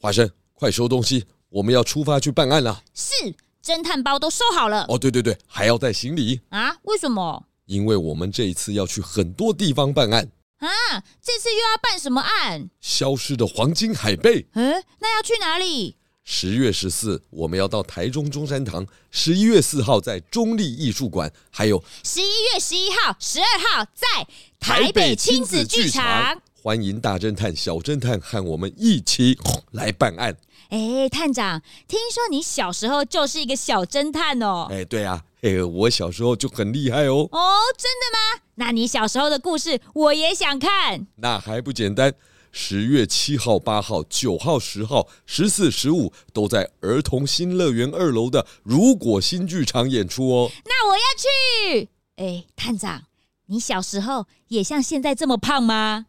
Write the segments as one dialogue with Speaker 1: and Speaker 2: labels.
Speaker 1: 华生，快收东西，我们要出发去办案了。
Speaker 2: 是，侦探包都收好了
Speaker 1: 哦，对对对，还要带行李，
Speaker 2: 啊？为什么
Speaker 1: 因为我们这一次要去很多地方办案。
Speaker 2: 啊？这次又要办什么案？
Speaker 1: 消失的黄金海贝，
Speaker 2: 嗯，那要去哪里？
Speaker 1: 十月十四我们要到台中中山堂，十一月四号在中立艺术馆，还有
Speaker 2: 十一月十一号、十二号在台北亲子剧场。，
Speaker 1: 欢迎大侦探、小侦探和我们一起来办案。
Speaker 2: 哎，探长，听说你小时候就是一个小侦探哦？
Speaker 1: 哎，对啊，哎，我小时候就很厉害哦，
Speaker 2: 哦，真的吗？那你小时候的故事我也想看。
Speaker 1: 那还不简单？十月七号、八号、九号、十号、十四、十五都在儿童新乐园二楼的如果新剧场演出哦。
Speaker 2: 那我要去。哎，探长，你小时候也像现在这么胖吗？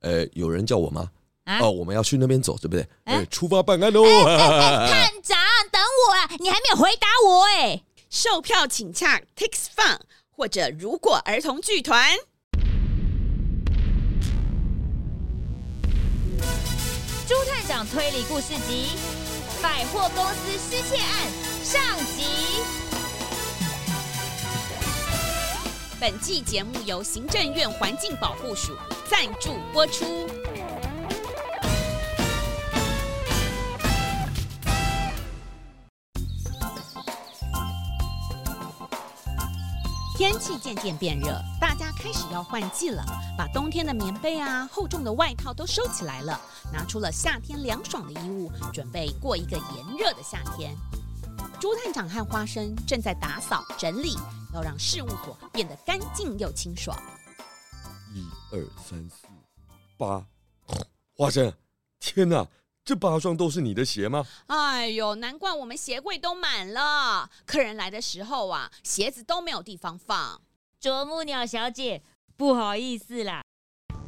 Speaker 1: 呃，有人叫我吗？
Speaker 2: 啊
Speaker 1: 哦，我们要去那边走，对不对？
Speaker 2: 哎
Speaker 1: 哎，出发办案喽！ 哈哈哈哈
Speaker 2: 探长，等我啊！你还没有回答我哎。
Speaker 3: 售票请洽 Tix Fun 或者如果儿童剧团。
Speaker 2: 朱探长推理故事集《百货公司失窃案》上集。
Speaker 3: 本季节目由行政院环境保护署赞助播出。天气渐渐变热，大家开始要换季了，把冬天的棉被啊、厚重的外套都收起来了，拿出了夏天凉爽的衣物，准备过一个炎热的夏天。朱探长和花生正在打扫整理，要让事务所变得干净又清爽。
Speaker 1: 一二三四八，花生，天哪，这八双都是你的鞋吗？
Speaker 3: 哎呦，难怪我们鞋柜都满了，客人来的时候啊，鞋子都没有地方放。
Speaker 2: 啄木鸟小姐，不好意思啦，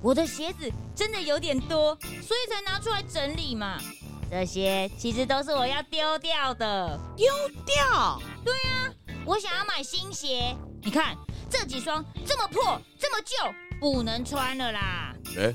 Speaker 2: 我的鞋子真的有点多，所以才拿出来整理嘛。这些其实都是我要丢掉的，
Speaker 3: 掉，
Speaker 2: 啊我想要买新鞋。你看这几双这么破，这么旧，不能穿了啦。
Speaker 1: 哎，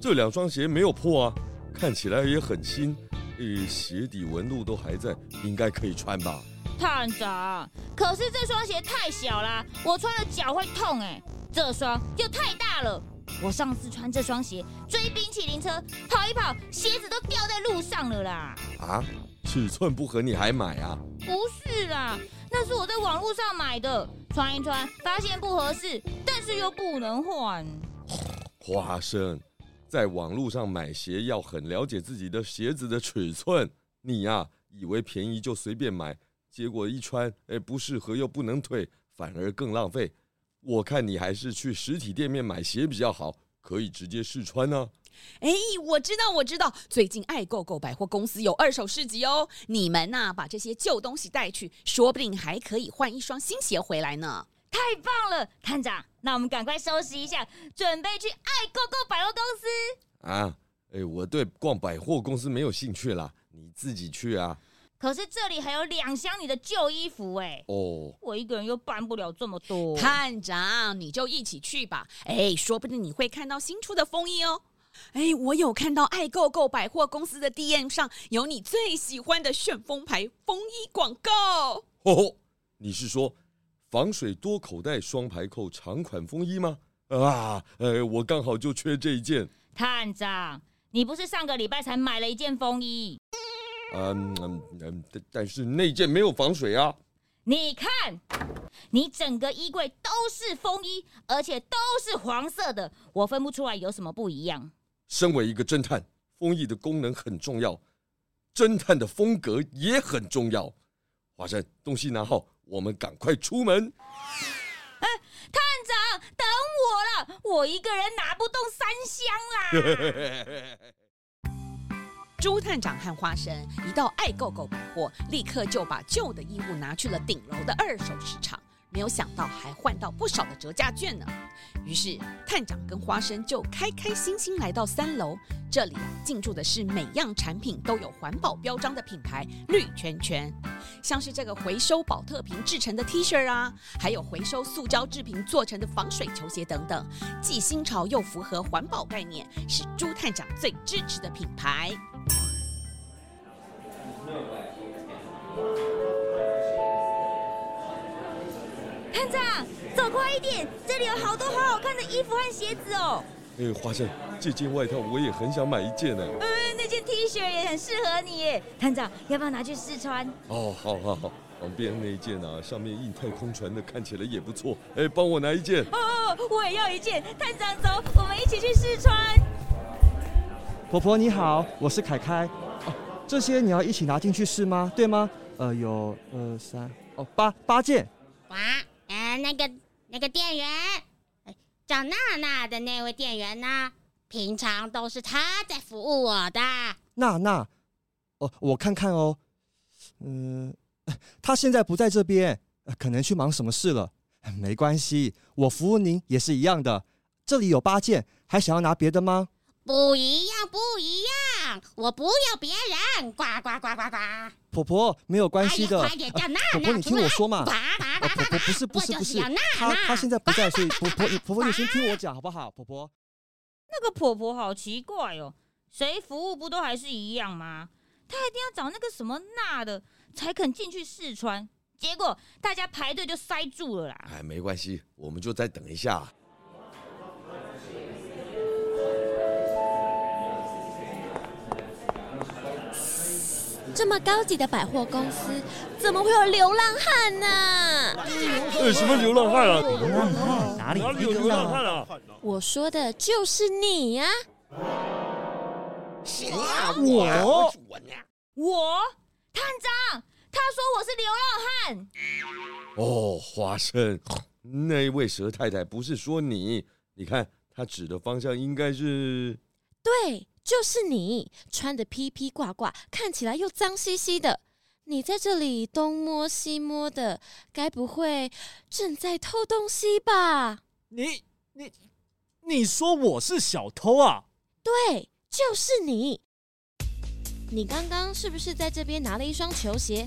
Speaker 1: 这两双鞋没有破啊，看起来也很新，呃，鞋底纹路都还在，应该可以穿吧？
Speaker 2: 探长，啊可是这双鞋太小啦，我穿了脚会痛哎、这双又太大了。我上次穿这双鞋追冰淇淋车，跑一跑，鞋子都掉在路上了啦。
Speaker 1: 啊，尺寸不合你还买啊？
Speaker 2: 不是啦，那是我在网络上买的，穿一穿发现不合适，但是又不能换。
Speaker 1: 花生，在网络上买鞋要很了解自己的鞋子的尺寸。你呀、以为便宜就随便买，结果一穿，哎，不适合又不能退，反而更浪费。我看你还是去实体店面买鞋比较好，可以直接试穿呢、
Speaker 3: 哎，我知道，我知道，最近爱购购百货公司有二手市集哦，你们呐、把这些旧东西带去，说不定还可以换一双新鞋回来呢。
Speaker 2: 太棒了，探长，那我们赶快收拾一下，准备去爱购购百货公司。
Speaker 1: 啊，哎，我对逛百货公司没有兴趣啦，你自己去啊。
Speaker 2: 可是这里还有两箱你的旧衣服哎、
Speaker 1: 哦，
Speaker 2: 我一个人又办不了这么多。
Speaker 3: 探长，你就一起去吧。哎，说不定你会看到新出的风衣哦。哎，我有看到爱购购百货公司的 DM 上有你最喜欢的旋风牌风衣广告。
Speaker 1: 吼吼，你是说防水多口袋双排扣长款风衣吗？啊，哎，我刚好就缺这一件。
Speaker 2: 探长，你不是上个礼拜才买了一件风衣？
Speaker 1: 嗯嗯嗯，但但是那件没有防水啊。
Speaker 2: 你看，你整个衣柜都是风衣，而且都是黄色的，我分不出来有什么不一样。
Speaker 1: 身为一个侦探，风衣的功能很重要，侦探的风格也很重要。华生，东西拿好，我们赶快出门。
Speaker 2: 探长，等我了，我一个人拿不动三箱 啦。
Speaker 1: 哎
Speaker 3: 朱探长和花生一到爱购购百货，立刻就把旧的衣物拿去了顶楼的二手市场。没有想到还换到不少的折价券呢。于是探长跟花生就开开心心来到三楼，这里啊进驻的是每样产品都有环保标章的品牌绿圈圈，像是这个回收保特瓶制成的 T 恤啊，还有回收塑胶制品做成的防水球鞋等等，既新潮又符合环保概念，是朱探长最支持的品牌。
Speaker 2: 探长，走快一点，这里有好多好好看的衣服和鞋子哦。
Speaker 1: 哎、花生，这件外套我也很想买一件呢。
Speaker 2: 嗯，那件 T 恤也很适合你耶。探长，要不要拿去试穿？
Speaker 1: 哦，好好好，旁边那一件啊，上面印太空船的，看起来也不错。哎、帮我拿一件。
Speaker 2: 哦，我也要一件。探长，走，我们一起去试穿。
Speaker 4: 婆婆你好，我是凯凯。哦，这些你要一起拿进去试吗？对吗？呃，有二三哦八八件。
Speaker 5: 哇，呃，那个那个店员，呃找娜娜的那位店员呢？平常都是他在服务我的。
Speaker 4: 娜娜，哦，我看看哦。 嗯、她现在不在这边，呃可能去忙什么事了。没关系，我服务您也是一样的。这里有八件，还想要拿别的吗？
Speaker 5: 不一样，不一样，我不要别人，呱呱呱呱呱！
Speaker 4: 婆婆，没有关
Speaker 5: 哎
Speaker 4: 系
Speaker 5: 呀，
Speaker 4: 的。呃
Speaker 5: 快点叫娜
Speaker 4: 婆
Speaker 5: 娜
Speaker 4: 婆，你
Speaker 5: 出
Speaker 4: 听
Speaker 5: 来！
Speaker 4: 我说嘛
Speaker 5: 呱。呱
Speaker 4: 哦，
Speaker 5: 呱
Speaker 4: 婆
Speaker 5: 呱
Speaker 4: 婆！不是不
Speaker 5: 我
Speaker 4: 是
Speaker 5: 就
Speaker 4: 不
Speaker 5: 是要娜
Speaker 4: 她她
Speaker 5: 娜
Speaker 4: 现在不 在，所以婆婆你婆婆你先听我讲好不好？婆婆，
Speaker 2: 那个婆婆好奇怪哦，谁服务不都还是一样吗？她一定要找那个什么娜的才肯进去试穿，结果大家排队就塞住了啦。
Speaker 1: 哎，没关系，我们就再等一下。啊
Speaker 6: 这么高级的百货公司，怎么会有流浪汉呢、
Speaker 1: 哎、什么流浪汉啊？
Speaker 7: 流浪
Speaker 4: 哦
Speaker 7: 汉哪里有流浪汉啊？
Speaker 6: 我说的就是你呀、
Speaker 8: 谁呀？
Speaker 4: 我
Speaker 8: 啊我是我呢？
Speaker 2: 我探长，他说我是流浪汉，
Speaker 1: 哦，花生，那一位蛇太太不是说你？你看，她指的方向应该是……
Speaker 6: 对，就是你，穿的披披挂挂，看起来又脏兮兮的。你在这里东摸西摸的，该不会正在偷东西吧？
Speaker 7: 你你你说我是小偷啊？
Speaker 6: 对，就是你。你刚刚是不是在这边拿了一双球鞋？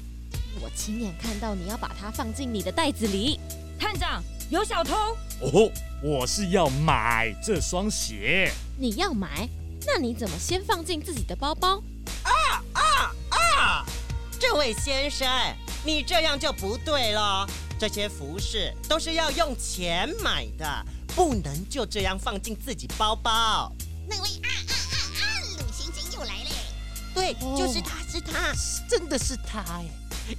Speaker 6: 我亲眼看到你要把它放进你的袋子里。
Speaker 2: 探长有小偷。
Speaker 7: 哦，我是要买这双鞋。
Speaker 6: 你要买，那你怎么先放进自己的包包？
Speaker 9: 这位先生，你这样就不对了。这些服饰都是要用钱买的，不能就这样放进自己包包。
Speaker 5: 那位啊啊啊啊，鲁星星又来嘞！
Speaker 9: 对，
Speaker 6: 哦
Speaker 9: 就是他，是他，真的是他哎，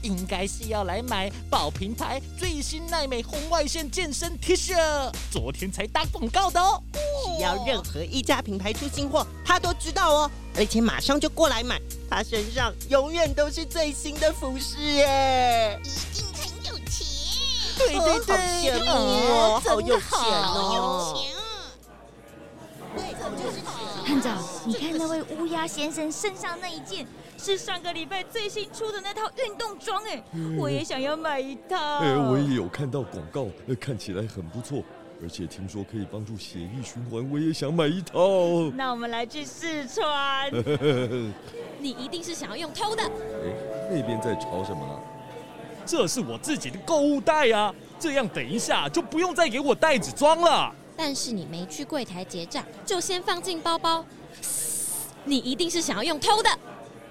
Speaker 9: 应该是要来买宝瓶牌最新奈美红外线健身 T 恤，
Speaker 7: 昨天才打广告的哦。
Speaker 9: 只要任何一家品牌出新货，他都知道哦，而且马上就过来买。他身上永远都是最新的服饰耶！
Speaker 5: 一定很有钱，
Speaker 9: 对对对，好羡慕哦，好有钱哦
Speaker 5: 好有！钱啊！
Speaker 2: 探长，你看那位乌鸦先生身上那一件是上个礼拜最新出的那套运动装，哎，我也想要买一套。
Speaker 1: 嗯哎、我也有看到广告，呃看起来很不错，而且听说可以帮助血液循环，我也想买一套。
Speaker 2: 那我们来去试 穿。
Speaker 6: 你一定是想要用偷的。
Speaker 1: 哎，那边在吵什么啊？
Speaker 7: 这是我自己的购物袋啊，这样等一下就不用再给我袋子装了。
Speaker 6: 但是你没去柜台结账，就先放进包包。你一定是想要用偷的。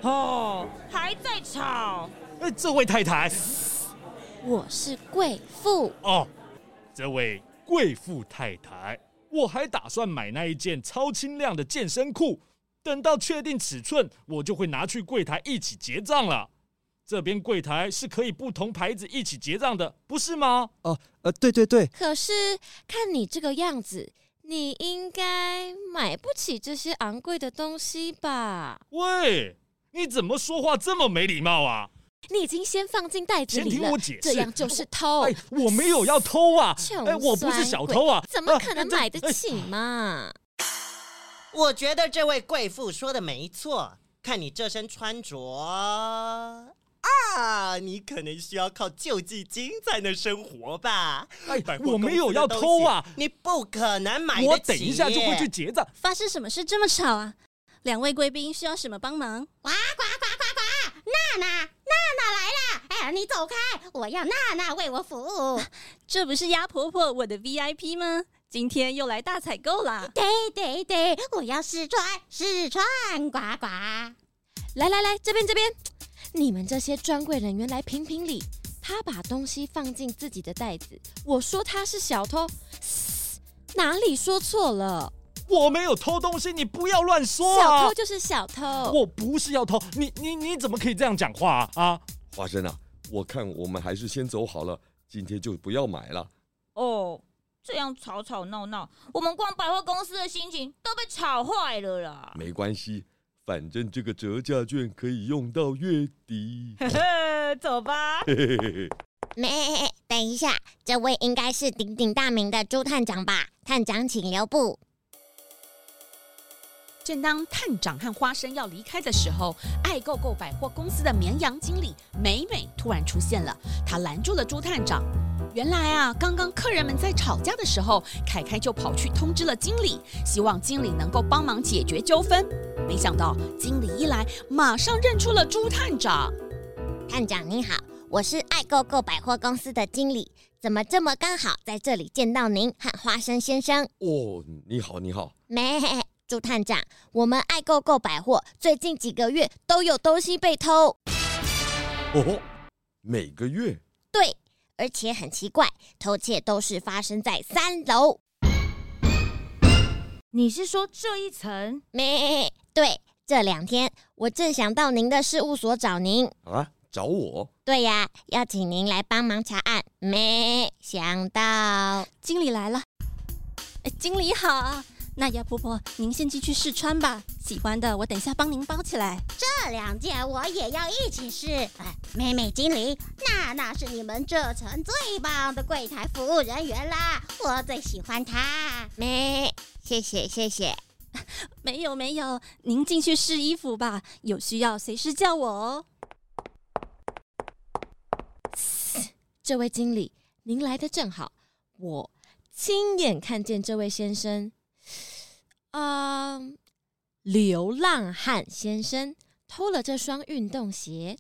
Speaker 2: 哦，还在吵。
Speaker 7: 哎，这位太太，
Speaker 6: 我是贵妇，
Speaker 7: 哦，这位贵妇太太，我还打算买那一件超轻量的健身裤，等到确定尺寸，我就会拿去柜台一起结账了。这边柜台是可以不同牌子一起结账的，不是吗？
Speaker 4: 哦，呃，对对对，
Speaker 6: 可是看你这个样子，你应该买不起这些昂贵的东西吧？
Speaker 7: 喂，你怎么说话这么没礼貌啊？
Speaker 6: 你已经先放进袋子
Speaker 7: 先
Speaker 6: 里
Speaker 7: 听
Speaker 6: 了
Speaker 7: 我，解释，
Speaker 6: 这样就是偷。
Speaker 7: 哎，我没有要偷啊
Speaker 6: 穷，
Speaker 7: 哎，我不是小偷啊
Speaker 6: 酸，鬼怎么可
Speaker 7: 啊
Speaker 6: 能买得？起嘛？
Speaker 9: 我觉得这位贵妇说的没错，看你这身穿着啊，你可能需要靠救济金才能生活吧。
Speaker 7: 哎
Speaker 9: 百
Speaker 7: 哎，
Speaker 9: 货公司
Speaker 7: 我没有要偷啊
Speaker 9: 的东，西你不可能买得起。
Speaker 7: 我等一下就会去结账。
Speaker 10: 发生什么事这么吵啊？两位贵宾需要什么帮忙？
Speaker 5: 呱呱呱呱呱！娜娜，娜娜来啦！哎呀，你走开，我要娜娜为我服务。
Speaker 10: 这不是鸭婆婆我的 VIP 吗？今天又来大采购啦！
Speaker 5: 对对对，我要试穿试穿，呱呱！
Speaker 6: 来来来，这边这边，你们这些专柜人员来评评理，他把东西放进自己的袋子，我说他是小偷，嘶哪里说错了？
Speaker 7: 我没有偷东西，你不要乱说
Speaker 6: 小
Speaker 7: 啊
Speaker 6: 偷！就是小偷，
Speaker 7: 我不是要偷，你你你怎么可以这样讲话啊？啊，
Speaker 1: 花生啊，我看我们还是先走好了，今天就不要买了。
Speaker 2: 哦，这样吵吵闹闹，我们逛百货公司的心情都被吵坏了啦。
Speaker 1: 没关系，反正这个折价券可以用到月底。
Speaker 2: 呵呵，走吧。
Speaker 1: 嘿嘿嘿嘿
Speaker 5: 没，等一下，这位应该是鼎鼎大名的朱探长吧？探长，请留步。
Speaker 3: 正当探长和花生要离开的时候，爱购购百货公司的绵羊经理美美突然出现了，她拦住了朱探长。原来啊，刚刚客人们在吵架的时候，凯凯就跑去通知了经理，希望经理能够帮忙解决纠纷。没想到经理一来，马上认出了朱探长。
Speaker 5: 探长您好，我是爱购购百货公司的经理，怎么这么刚好在这里见到您和花生先生？
Speaker 1: 哦，你好，你好，
Speaker 5: 没，朱探长，我们爱购购百货最近几个月都有东西被偷，
Speaker 1: 哦吼，每个月
Speaker 5: 对，而且很奇怪，偷窃都是发生在三楼。
Speaker 2: 你是说这一层？
Speaker 5: 没，对，这两天我正想到您的事务所找您。
Speaker 1: 啊，找我
Speaker 5: 对呀，要请您来帮忙查案。没想到，
Speaker 6: 经理来了。
Speaker 10: 哎，经理好啊，那牙婆婆，您先进去试穿吧，喜欢的我等下帮您包起来。
Speaker 5: 这两件我也要一起试。哎，美美经理，娜娜是你们这层最棒的柜台服务人员啦，我最喜欢她。没，谢谢谢谢。
Speaker 10: 没有没有，您进去试衣服吧，有需要随时叫我哦。
Speaker 6: 这位经理，您来的正好，我亲眼看见这位先生，啊、流浪汉先生偷了这双运动鞋。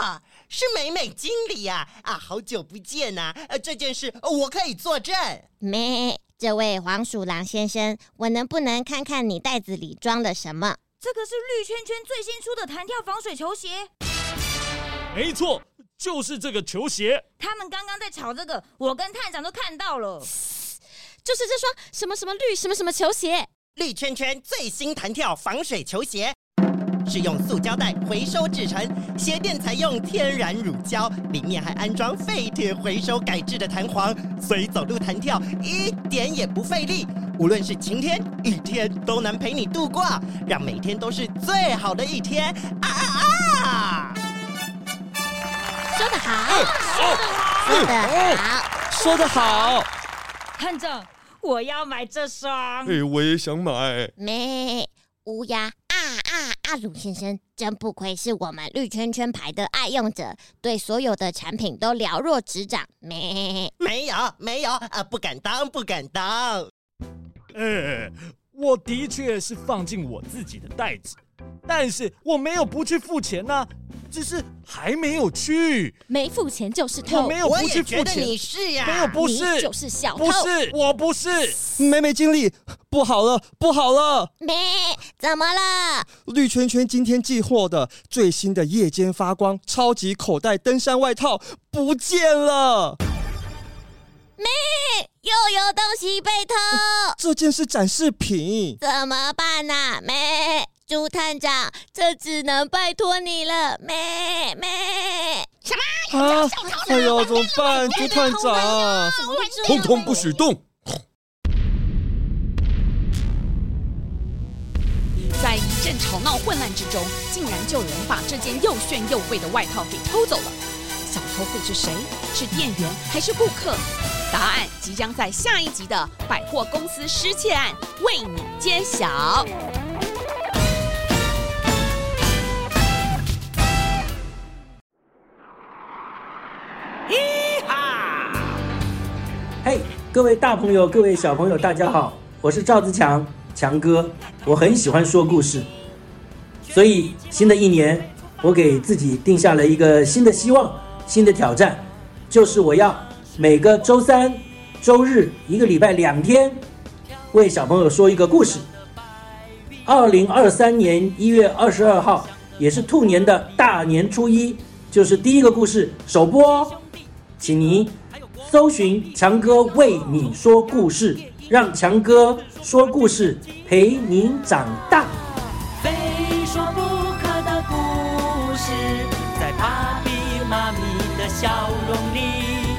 Speaker 9: 啊，是美美经理呀、啊！好久不见呐、呃，这件事呃我可以作证。
Speaker 5: 没，这位黄鼠狼先生，我能不能看看你袋子里装了什么？
Speaker 2: 这个是绿圈圈最新出的弹跳防水球鞋，
Speaker 7: 没错，就是这个球鞋。
Speaker 2: 他们刚刚在吵这个，我跟探长都看到了。
Speaker 6: 就是这双什么什么绿什么什么球鞋，
Speaker 9: 绿圈圈最新弹跳防水球鞋，是用塑胶袋回收制成，鞋垫采用天然乳胶，里面还安装废铁回收改制的弹簧，所以走路弹跳一点也不费力。无论是晴天、雨天，都能陪你度过，让每天都是最好的一天。啊啊啊！哎
Speaker 6: 说得好，
Speaker 5: 是的，好，
Speaker 4: 说得好，
Speaker 2: 探长，我要买这双。
Speaker 1: 哎，我也想买。
Speaker 5: 没。乌鸦啊啊啊！鲁先生真不愧是我们绿圈圈牌的爱用者，对所有的产品都了若指掌。没。
Speaker 9: 没有没有啊，不敢当，不敢当。
Speaker 7: 呃，我的确是放进我自己的袋子，但是我没有不去付钱呐、只是还没有去，
Speaker 6: 没付钱就是偷，
Speaker 7: 我没有
Speaker 9: 我
Speaker 7: 不
Speaker 9: 也
Speaker 7: 去
Speaker 9: 觉
Speaker 7: 付
Speaker 9: 得
Speaker 7: 钱
Speaker 9: 你，是呀、
Speaker 7: 没有不
Speaker 6: 你
Speaker 7: 是，
Speaker 6: 就是小偷
Speaker 7: 不。是，我不是。
Speaker 4: 美美经理，不好了，不好了！
Speaker 5: 咩？怎么了？
Speaker 4: 绿圈圈今天寄货的最新的夜间发光超级口袋登山外套不见了。
Speaker 5: 又有东西被 偷，
Speaker 4: 这件是展示品，
Speaker 5: 怎么办呐、啊？咩？朱探长，这只能拜托你了。咩咩？什么？
Speaker 4: 啊！哎呦，怎么办，朱探长？啊
Speaker 1: 通通不许动！
Speaker 3: 在一阵吵闹混乱之中，竟然就有人把这件又炫又贵的外套给偷走了。小偷会是谁？是店员还是顾客？答案即将在下一集的百货公司失窃案为你揭晓。
Speaker 8: 嘿，各位大朋友，各位小朋友，大家好，我是赵自强，强哥，我很喜欢说故事，所以新的一年，我给自己定下了一个新的希望，新的挑战，就是我要每个周三、周日一个礼拜两天，为小朋友说一个故事。二零二三年一月二十二号，也是兔年的大年初一，就是第一个故事首播哦，请您搜寻强哥为你说故事，让强哥说故事陪您长大。
Speaker 11: 非说不可的故事，在爸比妈咪的笑容里。